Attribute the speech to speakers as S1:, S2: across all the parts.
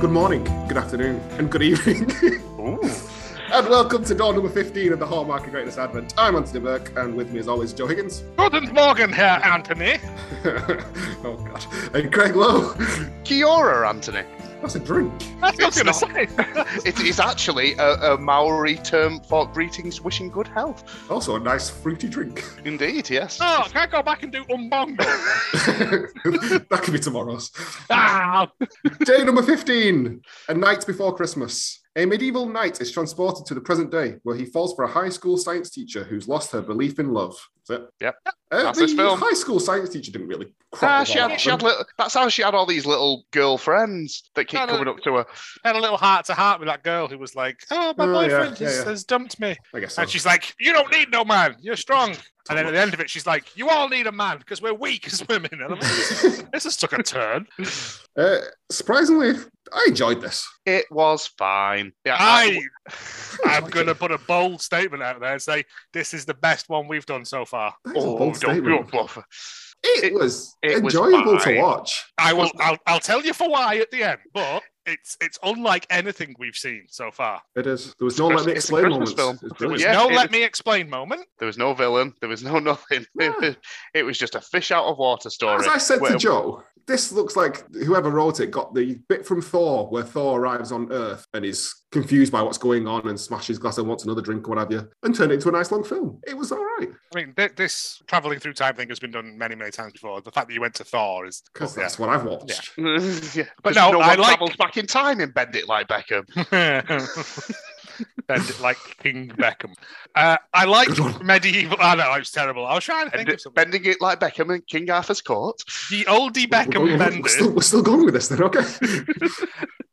S1: Good morning, good afternoon, and good evening.
S2: Ooh.
S1: and welcome to door number 15 of the Hallmark of Greatness Advent. I'm Anthony Burke, and with me as always, Joe Higgins.
S2: Guten Morgen, Herr Anthony.
S1: oh, God. And Craig Lowe.
S3: Kia ora, Anthony.
S1: That's a drink.
S2: That's what I
S3: It's
S2: was going to say.
S3: It is actually a, a Maori term for greetings, wishing good health.
S1: Also, a nice fruity drink.
S3: Indeed, yes.
S2: Oh, can I go back and do umbongo?
S1: that could be tomorrow's.
S2: ah,
S1: Day number 15, A Night Before Christmas. A medieval knight is transported to the present day where he falls for a high school science teacher who's lost her belief in love. That's it.
S3: Yep.
S1: Uh,
S3: That's
S1: the
S3: this film.
S1: high school science teacher didn't really.
S3: Ah,
S1: crop
S3: she
S1: up
S3: had, she had
S1: often.
S3: little, that's how she had all these little girlfriends that keep
S2: No, no.
S3: coming up to her.
S2: had a little heart to heart with that girl who was like, "Oh, my
S1: Oh, yeah,
S2: boyfriend
S1: yeah,
S2: has,
S1: yeah.
S2: has dumped me,"
S1: I guess so.
S2: and she's like, "You don't need no man. You're strong." And then at the end of it, she's like, "You all need a man because we're weak as women." And I'm like, this, this has took a turn.
S1: Uh, surprisingly, I enjoyed this.
S3: It was fine. Yeah,
S2: I,
S1: I
S2: I'm
S1: like
S2: gonna
S1: it.
S2: put a bold statement out there and say this is the best one we've done so far.
S1: That is a
S3: oh,
S1: bold
S3: don't
S1: statement.
S3: you bluff.
S1: It,
S3: it-
S1: was
S3: it was
S1: enjoyable to
S3: fine.
S1: watch.
S2: I will. I'll, I'll tell you for why at the end, but it's it's unlike anything we've seen so far.
S1: It is. There was no
S3: It's
S1: let me
S3: a
S1: explain
S3: Christmas
S1: moments.
S3: film.
S1: It's
S2: There
S1: brilliant.
S2: was
S3: Yeah,
S2: no
S3: it
S2: let
S3: was-
S2: me explain moment.
S3: There was no villain. There was no nothing.
S1: Yeah.
S3: It, was, it was just a fish out of water story.
S1: As I said
S3: Where-
S1: to Joe, this looks like whoever wrote it got the bit from Thor where Thor arrives on Earth and is confused by what's going on and smashes glass and wants another drink or what have you, and turned it into a nice long film. It was all right
S2: I mean, th- this traveling through time thing has been done many, many times before. The fact that you went to Thor is
S1: because
S2: yeah.
S1: that's what I've watched.
S3: yeah, but
S2: But no,
S3: no, one
S2: I like-
S3: travels back in time and bend it like Beckham.
S2: Bend it like King Beckham. Uh, I like
S1: Good one.
S2: medieval. I know I was terrible. I was trying to think
S3: Bend
S2: of
S3: it-
S2: something.
S3: bending it like Beckham in King Arthur's court.
S2: The
S1: we're,
S2: oldie Beckham
S1: going, we're,
S2: bended.
S1: still, we're still going with this then, okay?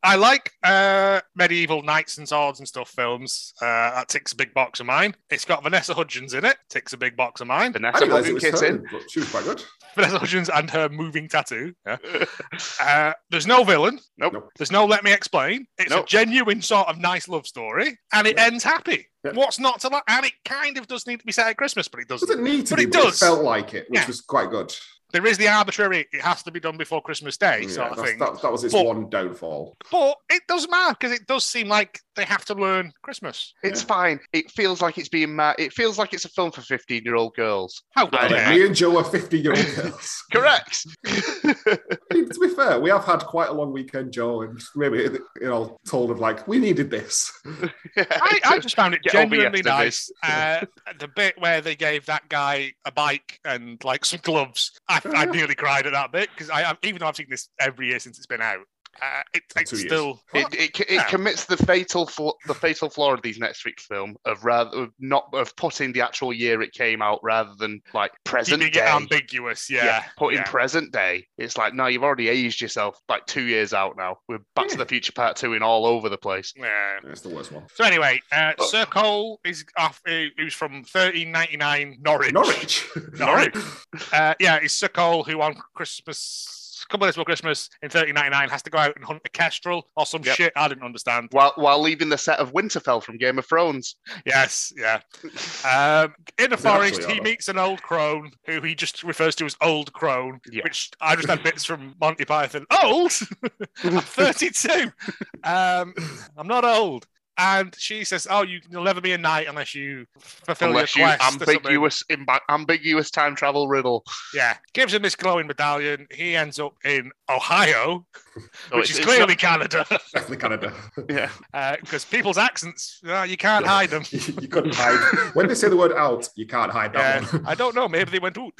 S2: I like uh, medieval knights and swords and stuff films. Uh, that ticks a big box of mine. It's got Vanessa Hudgens in it. Ticks a big box of mine.
S1: I
S3: Vanessa
S1: didn't realize it
S3: Hudgens
S1: was
S3: kissing.
S1: her, but she was quite good.
S2: Vanessa Hudgens and her moving tattoo. Yeah. Uh, there's no villain.
S3: Nope.
S1: Nope.
S2: There's no let me explain. It's a
S3: Nope.
S2: genuine sort of nice love story, and it
S1: Yeah.
S2: ends happy.
S1: Yeah.
S2: What's not to like? And it kind of does need to be set at Christmas, but it
S1: It
S2: doesn't.
S1: doesn't need to
S2: But
S1: be,
S2: it
S1: but
S2: does.
S1: it felt like it, which
S2: Yeah.
S1: was quite good.
S2: There is the arbitrary. It has to be done before Christmas Day
S1: Yeah,
S2: sort of
S1: that's-
S2: thing.
S1: that, that was its
S2: But-
S1: one downfall.
S2: But it doesn't matter because it does seem like they have to learn Christmas.
S3: It's
S1: Yeah.
S3: fine. It feels like it's being mad. It feels like it's a film for 15 year old girls.
S2: How
S3: Right,
S2: dare
S3: Yeah.
S2: you?
S1: Me and Joe are 50 year old girls.
S3: Correct.
S1: I mean, to be fair, we have had quite a long weekend, Joe, and maybe you know, told of like we needed this.
S2: I, I just found it
S3: Get over
S2: genuinely nice.
S3: yesterday's.
S2: Uh, the bit where they gave that guy a bike and like some gloves, I,
S1: Oh,
S2: I
S1: yeah.
S2: nearly cried at that bit because I, I, even though I've seen this every year since it's been out, uh, it,
S1: For
S2: it's
S1: two years.
S2: still
S3: It, it, it
S2: Yeah.
S3: commits the fatal flaw, the fatal flaw of these next week's film of rather of not of putting the actual year it came out rather than like present
S2: keeping it
S3: day.
S2: ambiguous. Yeah,
S3: putting
S2: yeah.
S3: present day. It's like no, you've already aged yourself like two years out now. We're Back to
S1: Yeah.
S3: the Future Part Two and all over the place.
S2: Yeah.
S1: That's the worst one.
S2: So anyway, uh, Sir Cole is off, he he was from 1399 Norwich.
S1: Norwich.
S2: Norwich. Uh, yeah, it's Sir Cole who on Christmas, a couple of days before Christmas in 1399 has to go out and hunt a kestrel or some
S3: Yep.
S2: shit I didn't understand.
S3: While while leaving the set of Winterfell from Game of Thrones.
S2: Yes, yeah. Um, in
S1: Is it
S2: the
S1: actually
S2: forest, he
S1: Arlo?
S2: meets an old crone who he just refers to as Old Crone,
S3: Yeah.
S2: which I just had bits from Monty Python. Old? I'm 32. um, I'm not old. And she says, "Oh, you, you'll never be a knight unless you fulfill
S3: Unless you
S2: your quest." or something."
S3: ambiguous imba- ambiguous time travel riddle.
S2: yeah. Gives him this glowing medallion. He ends up in Ohio,
S3: So
S2: which
S3: Oh, it's-
S2: is
S3: it's
S2: clearly Canada,
S1: Definitely Canada.
S3: not- yeah.
S2: because people's accents, uh, you can't hide them.
S1: you, you couldn't hide. When they say the word out, you can't hide that
S2: Yeah,
S1: one.
S2: I don't know. Maybe they went out.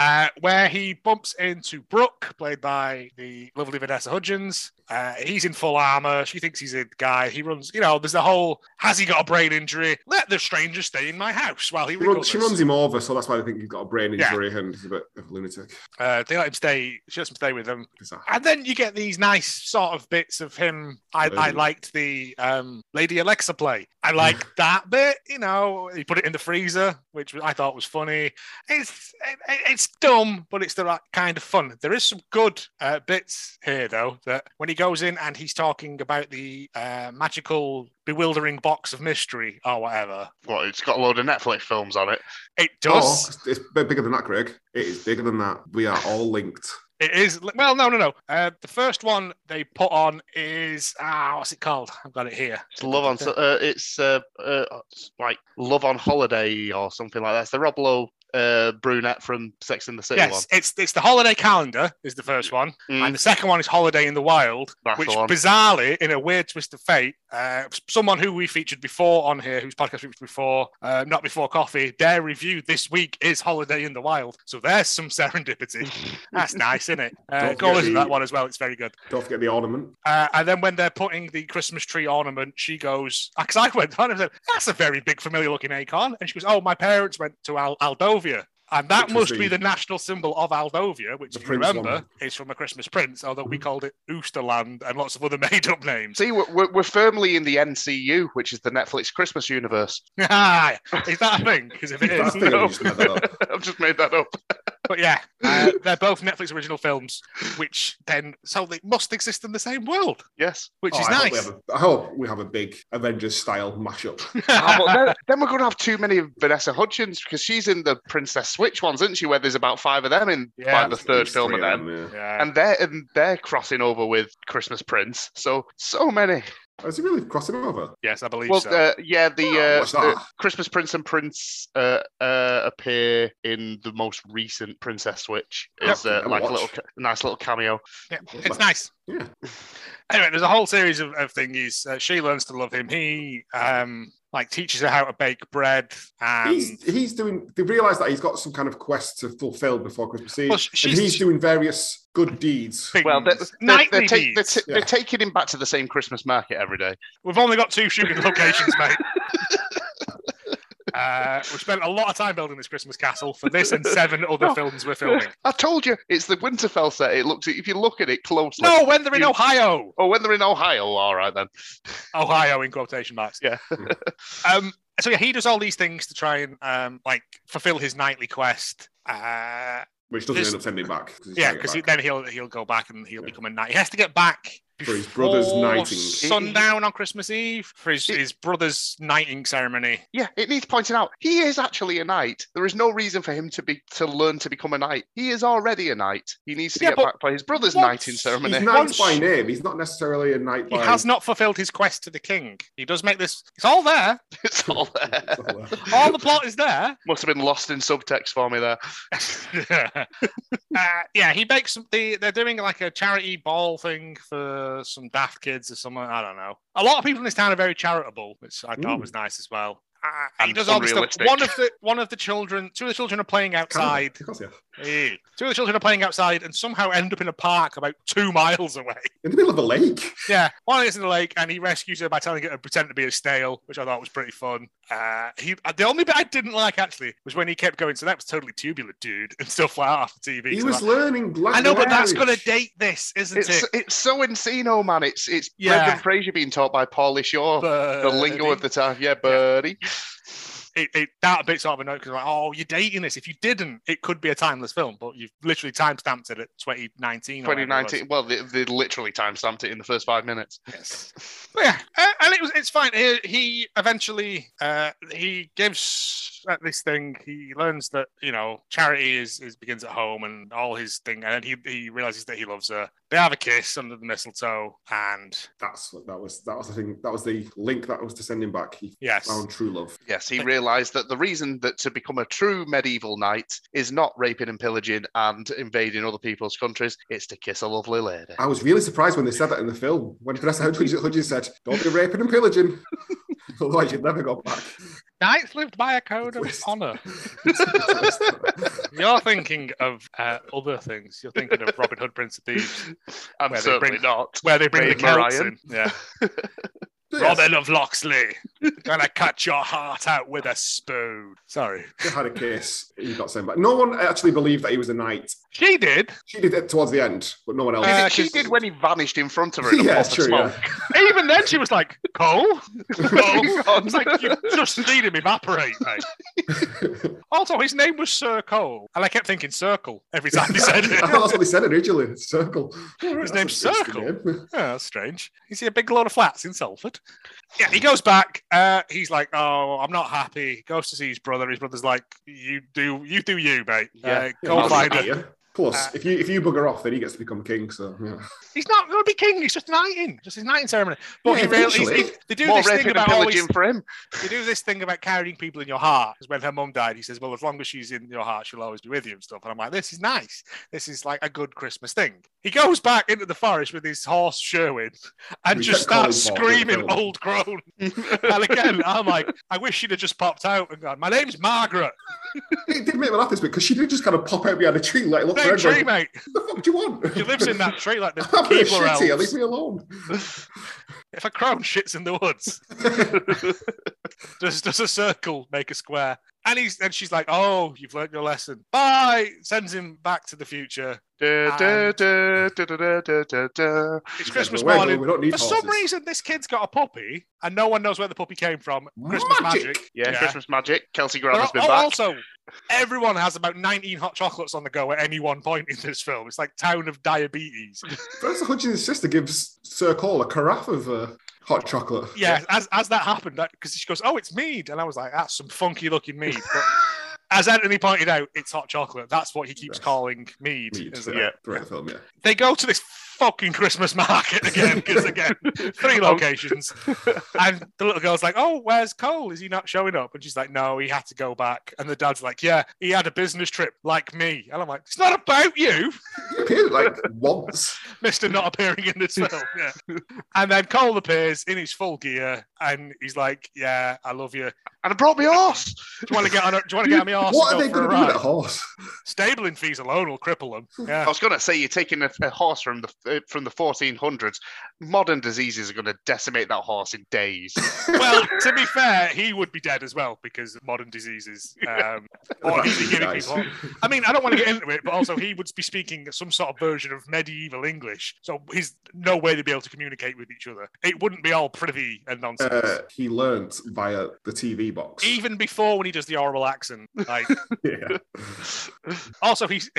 S2: uh, where he bumps into Brooke, played by the lovely Vanessa Hudgens. Uh, he's in full armor. She thinks he's a guy. He runs, you know, there's the whole has he got a brain injury? Let the stranger stay in my house while he
S1: She runs,
S2: recovers.
S1: she runs him over, so that's why they think he's got a brain
S2: Yeah.
S1: injury and he's a bit of a lunatic.
S2: Uh, they let him stay. She lets him stay with them.
S1: Bizarre.
S2: And then you get these nice sort of bits of him. I, I
S1: Mm.
S2: liked the um, Lady Alexa play. I liked that bit. You know, he put it in the freezer, which I thought was funny. It's it, it's dumb, but it's the right kind of fun. There is some good uh, bits here though. That when he goes in and he's talking about the uh, magical, bewildering box of mystery or whatever,
S3: Well, it's got a load of Netflix films on it.
S2: it
S1: Oh,
S2: does.
S1: it's a bit bigger than that, Greg. It is bigger than that. We are all linked.
S2: It is. Well, no, no, no. Uh, the first one they put on is ah, what's it called? I've got it here.
S3: It's love on. so- Uh, it's uh, uh, it's like love on holiday or something like that. It's the Rob Lowe uh, brunette from Sex in the City one.
S2: Yes, it's it's the holiday calendar is the first one,
S3: Mm.
S2: and the second one is Holiday in the Wild,
S3: That's
S2: which
S3: the one.
S2: bizarrely, in a weird twist of fate, uh, someone who we featured before on here, whose podcast we featured before, uh, not before coffee, their review this week is Holiday in the Wild. So there's some serendipity. That's nice, isn't it? Uh,
S1: Don't
S2: go
S1: forget
S2: listen to
S1: the-
S2: that one as well. It's very good.
S1: Don't forget the ornament.
S2: Uh, and then when they're putting the Christmas tree ornament, she goes, because I went, I said, that's a very big, familiar looking acorn. And she goes, oh, my parents went to Al- Aldovia. And that must be
S1: Interesting.
S2: the national symbol of Aldovia, which,
S1: The
S2: if you
S1: prince
S2: remember,
S1: one.
S2: is from A Christmas Prince, although
S1: Mm-hmm.
S2: we called it Oosterland and lots of other made up names.
S3: See, we're, we're- we're firmly in the NCU, which is the Netflix Christmas universe.
S2: Ah, is that a thing? Because if it
S1: That's
S2: is,
S1: the thing
S3: no.
S1: I just made that up.
S3: I've just made that up.
S2: but yeah, uh, they're both Netflix original films, which then, so they must exist in the same world,
S3: Yes.
S2: which
S1: Oh,
S2: is
S1: I hope we
S2: nice.
S1: have a- I hope we have a big Avengers style mashup.
S3: Ah, but then, then we're going to have too many of Vanessa Hudgens because she's in the Princess Switch ones, isn't she? Where there's about five of them in
S2: Yeah.
S3: like, the third
S1: There's
S3: film of
S1: three
S3: them.
S1: yeah.
S2: yeah.
S3: And they're, and they're crossing over with Christmas Prince. So, so many.
S1: Oh, Is it really crossing over?
S2: yes, I believe
S3: Well,
S2: so.
S3: uh, yeah, the,
S1: Oh,
S3: uh,
S1: what's
S3: the
S1: that?
S3: Christmas Prince and Prince uh, uh, appear in the most recent Princess Switch.
S1: Yep.
S3: It's uh,
S1: I'll
S3: like a
S1: watch.
S3: little, ca- nice little cameo.
S2: yeah, it's nice.
S1: Yeah.
S2: anyway, there's a whole series of, of thingies. Uh, she learns to love him. He um like teaches her how to bake bread. And
S1: He's he's doing. They realise that he's got some kind of quest to fulfil before Christmas Eve,
S2: Well, sh-
S1: and
S2: she's-
S1: he's doing various good deeds.
S2: things.
S3: Well, they're, they're,
S2: Nightly
S3: they're, ta- they're,
S2: deeds.
S3: ta- they're
S1: Yeah.
S3: taking him back to the same Christmas market every day.
S2: We've only got two shooting locations, mate. Uh, we spent a lot of time building this Christmas castle for this and seven other
S3: No.
S2: films we're filming.
S3: I told you, it's the Winterfell set. It looks, if you look at it closely.
S2: No, when they're in
S3: You-
S2: Ohio,
S3: Oh, when they're in Ohio, all right then.
S2: Ohio in quotation marks.
S3: Yeah.
S2: um. So yeah, he does all these things to try and um like fulfill his nightly quest. Uh,
S1: Which doesn't
S2: This-
S1: end up sending him back. he's
S2: Yeah,
S1: trying to
S2: because
S1: get back
S2: then he'll he'll go back and he'll
S1: Yeah.
S2: become a knight. He has to get back
S1: For his brother's
S2: before
S1: knighting.
S2: sundown on Christmas Eve for his,
S3: It-
S2: his brother's knighting ceremony.
S3: Yeah, it needs pointing out he is actually a knight. There is no reason for him to be to learn to become a knight. He is already a knight. He needs to
S2: Yeah,
S3: get
S2: but
S3: back by his brother's
S2: once
S3: knighting ceremony.
S1: He's knight
S2: Once-
S1: by name. He's not necessarily a knight
S2: He
S1: by.
S2: has not fulfilled his quest to the king. He does make this. It's all there.
S3: It's all there.
S2: All the plot is there.
S3: Must have been lost in subtext for me there.
S2: uh, yeah, he makes some. They, they're doing like a charity ball thing for some daft kids or something. I don't know. A lot of people in this town are very charitable, which I thought
S1: Ooh.
S2: was nice as well. Uh, he
S3: And
S2: does all this stuff.
S3: unrealistic.
S2: One of the one of the children, two of the children are playing outside.
S1: Of course, yeah.
S2: Ew. Two of the children are playing outside and somehow end up in a park about two miles away.
S1: In the middle of a lake.
S2: Yeah, one is in the lake and he rescues her by telling her to pretend to be a snail, which I thought was pretty fun. Uh, he uh, the only bit I didn't like actually was when he kept going. So that was totally tubular, dude, and stuff like that off the TV.
S1: He
S2: So
S1: was
S2: that-
S1: learning Latin.
S2: I know, but that's gonna
S1: language.
S2: date this, isn't
S3: It's
S2: it?
S3: it's so Encino, man. It's it's
S2: Yeah.
S3: Brendan Fraser being taught by Paulie Shaw. the lingo of the time. Yeah, birdie.
S2: it, it, that bit sort of annoying because like, oh, you're dating this. If you didn't, it could be a timeless film, but you've literally time stamped it at 2019. or whatever it was.
S3: 2019. Well, they, they literally time stamped it in the first five minutes.
S2: But yeah, uh, and it was it's fine. He, he eventually uh, he gives at this thing. He learns that you know charity is, is begins at home and all his thing, and then he he realizes that he loves her. They have a kiss under the mistletoe, and
S1: That's what that was. That was the thing. That was the link that was to send him back. He
S2: yes,
S1: found true love.
S3: Yes, he realised that the reason that to become a true medieval knight is not raping and pillaging and invading other people's countries; it's to kiss a lovely lady.
S1: I was really surprised when they said that in the film. When Vanessa Hudgens Hudgens said, "Don't be raping and pillaging." Otherwise, you'd never go back.
S2: knights lived by a code of
S1: Twist.
S2: honor. You're thinking of uh, other things. You're thinking of Robin Hood, Prince of Thieves,
S3: I'm
S2: Where they
S3: certainly
S2: bring-
S3: not.
S2: where they bring the
S3: Raid
S2: Celts
S3: Orion.
S2: in. Yeah,
S1: Yes,
S2: Robin of Locksley, gonna cut your heart out with a spoon. Sorry,
S1: they had a case. He got sent back. No one actually believed that he was a knight.
S2: she did.
S1: She did it towards the end, but no one else.
S2: Uh,
S3: she
S2: 'cause-
S3: did when he vanished in front of her in a
S1: Yeah,
S3: puff of
S1: true,
S3: smoke.
S2: Even then, she was like, Cole? Cole? I was like, you just need him evaporate, mate. Also, his name was Sir Cole. And I kept thinking Circle every time he said
S1: I
S2: it.
S1: thought that's what they said originally. Circle. Oh,
S2: His
S1: That's
S2: name's
S1: a fixed
S2: Circle.
S1: name.
S2: Oh, that's strange. Is he a big load of flats in Salford? Yeah, he goes back. Uh, he's like, "Oh, I'm not happy." Goes to see his brother. His brother's like, "You do, you do, you, mate.
S3: Yeah.
S2: Uh, go
S1: I'll
S2: find
S1: see
S2: her."
S1: you. Plus,
S2: Uh,
S1: if you if you bugger off, then he gets to become king. So yeah.
S2: He's not going to be king. He's just knighting. Just his knighting ceremony. But
S1: Yeah,
S2: he really,
S1: eventually.
S2: he- they do
S3: More
S2: this thing
S3: raping and
S2: about always,
S3: pillaging for him.
S2: they do this thing about carrying people in your heart. 'Cause When her mum died, he says, "Well, as long as she's in your heart, she'll always be with you and stuff." And I'm like, "This is nice. This is like a good Christmas thing." He goes back into the forest with his horse Sherwin and
S1: We
S2: just
S1: get Colin
S2: starts
S1: Ball in the
S2: screaming,
S1: film.
S2: "Old crone!" and again, I'm like, "I wish she'd have just popped out and gone." My name's Margaret.
S1: It did make me laugh this bit because she did just kind of pop out behind a tree, like look
S2: Same
S1: around,
S2: tree,
S1: going,
S2: mate.
S1: What the fuck do you want?
S2: She lives in that tree like the
S1: I'm a bit
S2: Keebler
S1: shitty.
S2: elves.
S1: Leave me alone.
S2: If a crown shits in the woods, does does a circle make a square? And he's and she's like, "Oh, you've learnt your lesson. Bye." Sends him back to the future.
S3: Da, da, da, da, da, da, da, da.
S2: It's Christmas
S1: We're going,
S2: morning.
S1: We don't need
S2: For
S1: horses.
S2: some reason, this kid's got a puppy, and no one knows where the puppy came from. Christmas magic.
S1: Magic.
S3: Yeah, Christmas magic. Kelsey
S2: They're
S3: Grammer's
S2: all-
S3: been
S2: oh,
S3: back.
S2: Also, everyone has about 19 hot chocolates on the go at any one point in this film. It's like town of diabetes.
S1: Vanessa Hudgens' sister gives Sir Cole a carafe of uh, hot chocolate.
S2: yeah, as as that happened, because she goes, "Oh, it's mead," and I was like, "That's some funky looking mead." But as Anthony pointed out, it's hot chocolate. That's what he keeps
S1: Yes.
S2: calling mead.
S1: Meat,
S2: isn't it?
S1: yeah, throughout the film, yeah.
S2: They go to this fucking Christmas market again because again, three
S1: Oh.
S2: locations, and the little girl's like, "Oh, where's Cole? Is he not showing up?" And she's like, "No, he had to go back." And the dad's like, "Yeah, he had a business trip, like me." And I'm like, "It's not about you."
S1: He appeared like once.
S2: Mister not appearing in this film. Yeah. and then Cole appears in his full gear, and he's like, "Yeah, I love you. Do
S3: And I brought my horse.
S2: you want to get on? A, do you want to get on my arse?
S1: what are
S2: and
S1: they
S2: go for
S1: going
S2: a
S1: to do with that
S2: ride?
S1: horse?
S2: Stabling fees alone will cripple them.
S3: I
S2: Yeah,
S3: was going to say you're taking a, a horse from the uh, from the 1400s. Modern diseases are going to decimate that horse in days.
S2: well, to be fair, he would be dead as well because of modern diseases. Um, or
S1: Right,
S2: he'd be giving
S1: nice.
S2: people. I mean, I don't want to get into it, but also he would be speaking some sort of version of medieval English, so he's no way to be able to communicate with each other. It wouldn't be all privy and nonsense.
S1: Uh, he learnt via the TV box.
S2: Even before when he does the horrible accent, like
S1: yeah.
S2: also he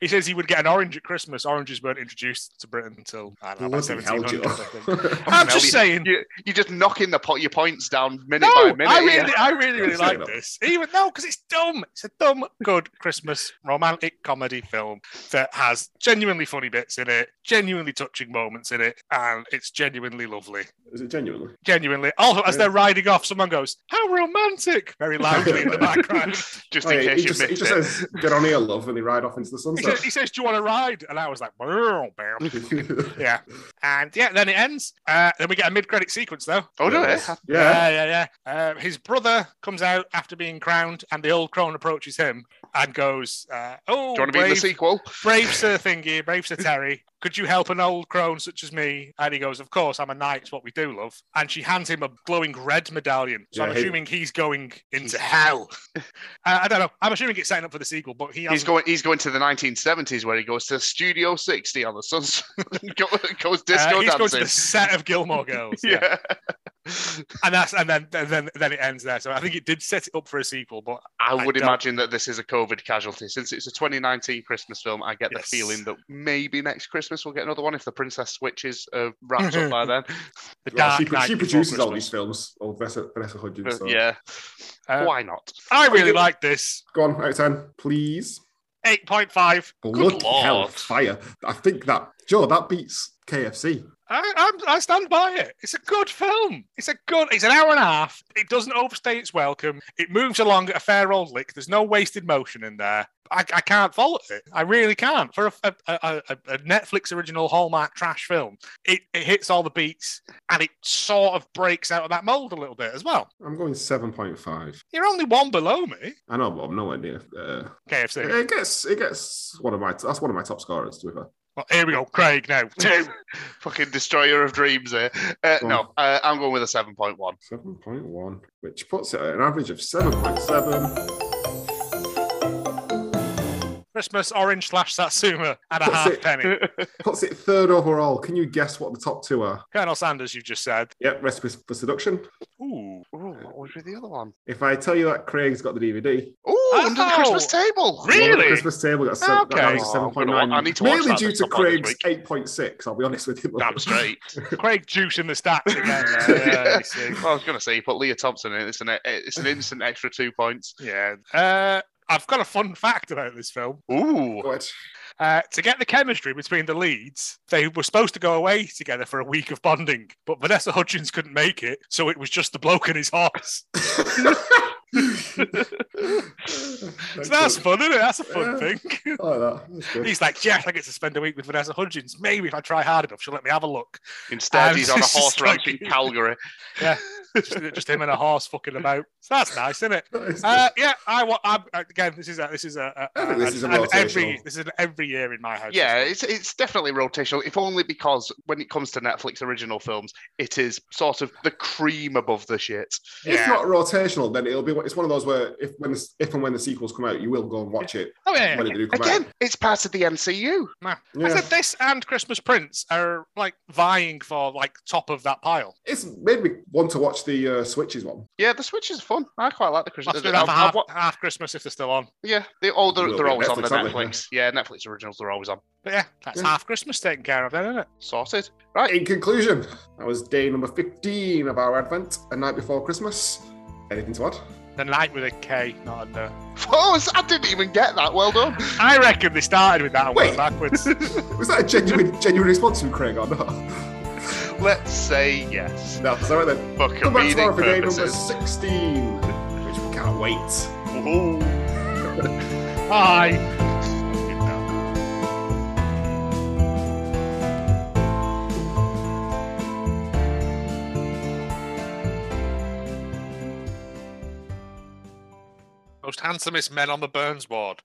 S2: he says he would get an orange at Christmas. Oranges weren't introduced to Britain until I don't know, about
S1: Bloody hell,
S2: 1700.
S1: Joe.
S2: I think. I'm
S3: Hell,
S2: just saying.
S3: you, you're just knocking the pot your points down minute
S2: No,
S3: by minute.
S2: I
S3: yeah.
S2: really, I really, really
S1: Fair
S2: like
S1: enough.
S2: this. Even though, because it's dumb. It's a dumb, good Christmas romantic comedy film that has genuinely funny bits in it, genuinely touching moments in it, and it's genuinely lovely.
S1: Is it genuinely?
S2: Genuinely. Also, as
S1: Yeah.
S2: they're riding off, someone goes, "How romantic!" very loudly in the background.
S3: Just
S1: Oh,
S3: in
S1: yeah,
S3: case
S1: he,
S3: you
S1: just,
S3: missed
S1: he
S3: it.
S1: just says, "Get on here, love," and they ride off into the
S2: He, says,
S1: sunset.
S2: he says, "Do you want to ride?" And I was like, "Bow, bow." "Yeah." And yeah, then it ends. Uh, then we get a mid-credit sequence, though.
S3: oh, no.
S1: Yes.
S3: eh?
S1: Yeah.
S2: yeah, yeah. yeah. Uh, his brother comes out after being crowned, and the old crone approaches him and goes, uh, "Oh,
S3: Do you want to be in the
S2: brave,
S3: sequel?
S2: brave Sir Thingy, brave Sir Terry, could you help an old crone such as me?" And he goes, "Of course, I'm a knight. It's what we do, love." And she hands him a glowing red medallion. So
S1: Yeah,
S2: I'm
S1: he-
S2: assuming he's going into hell. Uh, I, I don't know. I'm assuming it's setting up for the sequel, but he
S3: He's
S2: hasn't
S3: going. He's going to the 1970s where he goes to Studio 60 on the Suns. go, goes disco
S2: Uh, he's going to
S3: dancing.
S2: the set of Gilmore Girls. yeah.
S3: yeah.
S2: and that's and then and then then it ends there. So I think it did set it up for a sequel, but
S3: I
S2: I
S3: would
S2: don't-
S3: imagine that this is a COVID casualty. Since it's a 2019 Christmas film, I get the
S2: Yes.
S3: feeling that maybe next Christmas we'll get another one if the Princess Switches uh, wraps up by then.
S2: the
S1: Well,
S2: Dark
S1: she,
S2: Knight
S1: she
S2: Before
S1: produces all
S2: Christmas.
S1: these films. Oh, Vanessa, Vanessa
S3: But
S1: Hudgens. So.
S3: yeah.
S2: Uh,
S3: Why not?
S2: I really
S1: Okay.
S2: like this.
S1: Go on, out of ten, please.
S2: 8.5.
S1: Blood hell,
S3: lord.
S1: fire. I think that Joe that beats KFC.
S2: I, I'm, I stand by it. It's a good film. It's a good, it's an hour and a half. It doesn't overstay its welcome. It moves along at a fair old lick. There's no wasted motion in there. I, I can't fault it. I really can't. For a, a, a, a- a Netflix original Hallmark trash film, it, it hits all the beats and it sort of breaks out of that mold a little bit as well.
S1: I'm going seven point five.
S2: You're only one below me,
S1: I know, but I'm nowhere near. Uh, it,
S2: KFC.
S1: it gets it gets one of my that's one of my top scorers. To be fair,
S2: Well, here we go, Craig. Now, two.
S3: Fucking destroyer of dreams here. Uh, no,
S1: Well.
S3: uh, I'm going with a 7.1.
S1: seven point one, which puts it at an average of seven point seven.
S2: Christmas orange slash Satsuma and a
S1: What's
S2: half
S1: it?
S2: penny.
S1: Puts it third overall. Can you guess what the top two are?
S2: Colonel Sanders, you've just said.
S1: Yep, Recipe for Seduction.
S2: Ooh.
S3: Ooh, what was with the other one?
S1: If I tell you that Craig's got the DVD,
S3: Ooh, under the
S2: Oh.
S3: Christmas table.
S2: Really?
S1: Well, the Christmas table got seven,
S2: Okay.
S1: okay.
S3: Oh,
S1: seven
S3: I'm
S1: point
S3: gonna
S1: nine.
S3: wa- I need to watch
S1: Mainly
S3: that
S1: due
S3: then
S1: to
S3: sometime this
S1: Craig's
S3: week.
S1: eight point six. I'll be honest with you.
S3: Damn straight.
S2: Craig juicing the stats again.
S3: Yeah.
S2: yeah, you see.
S3: e, Well, I was going to say, you put Leah Thompson in. It's an, it's an instant extra two points.
S2: yeah. Uh, I've got a fun fact about this film.
S3: Ooh.
S1: Go ahead.
S2: Uh, to get the chemistry between the leads, they were supposed to go away together for a week of bonding, but Vanessa Hudgens couldn't make it, so it was just the bloke and his horse. So that's
S1: good.
S2: fun, isn't it? That's a fun
S1: Yeah.
S2: thing.
S1: I like that. That's good.
S2: He's like, yes, I get to spend a week with Vanessa Hudgens. Maybe if I try hard enough, she'll let me have a look.
S3: Instead,
S2: Um,
S3: he's on a
S2: it's just
S3: horse ranch
S2: like-
S3: in Calgary.
S2: Just, just him and a horse fucking about. So that's nice, isn't it?
S1: That is good.
S2: Uh, yeah, I want. I'm, again, this is a, this is a, a,
S1: I think this
S2: a-
S1: is a
S2: an every
S1: rotational.
S2: this is an every year in my house.
S3: Yeah, it's it's definitely rotational, if only because when it comes to Netflix original films, it is sort of the cream above the shit.
S1: If
S2: yeah.
S1: not rotational, then it'll be. It's one of those where if when the, if and when the sequels come out, you will go and watch it
S2: Oh yeah, yeah.
S1: when they do come
S3: Again,
S1: out.
S3: it's part of the MCU.
S2: I
S1: Yeah.
S2: said this and Christmas Prince are like vying for like top of that pile.
S1: It's made me want to watch the uh, Switches one.
S3: Yeah, the Switch is fun. I quite like the Christmas. uh,
S2: Let's do
S3: I-
S2: that for
S3: I
S2: half,
S3: wa-
S2: half Christmas if they're still on.
S3: yeah, they, oh, they're,
S1: Will
S3: they're
S1: be
S3: always on the
S1: Netflix, aren't they?
S3: Netflix. Yeah, Netflix originals they're always on.
S2: But yeah, that's
S1: Yeah.
S2: half Christmas taken care of then, isn't it?
S3: Sorted. Right.
S1: In conclusion, that was day number fifteen of our advent, a night before Christmas. Anything to add?
S2: The night with a K, not a N.
S3: Oh, s- I didn't even get that. Well done.
S2: I reckon they started with that and went
S1: Wait.
S2: backwards.
S1: Was that a genuine genuine response from Craig or not?
S3: Let's say yes.
S1: No, sorry then.
S3: For
S1: Come back
S3: comedic
S1: tomorrow for day number
S3: purposes.
S1: sixteen, which we can't wait.
S3: Ooh.
S2: Hi. Most handsomest men on the Burns ward.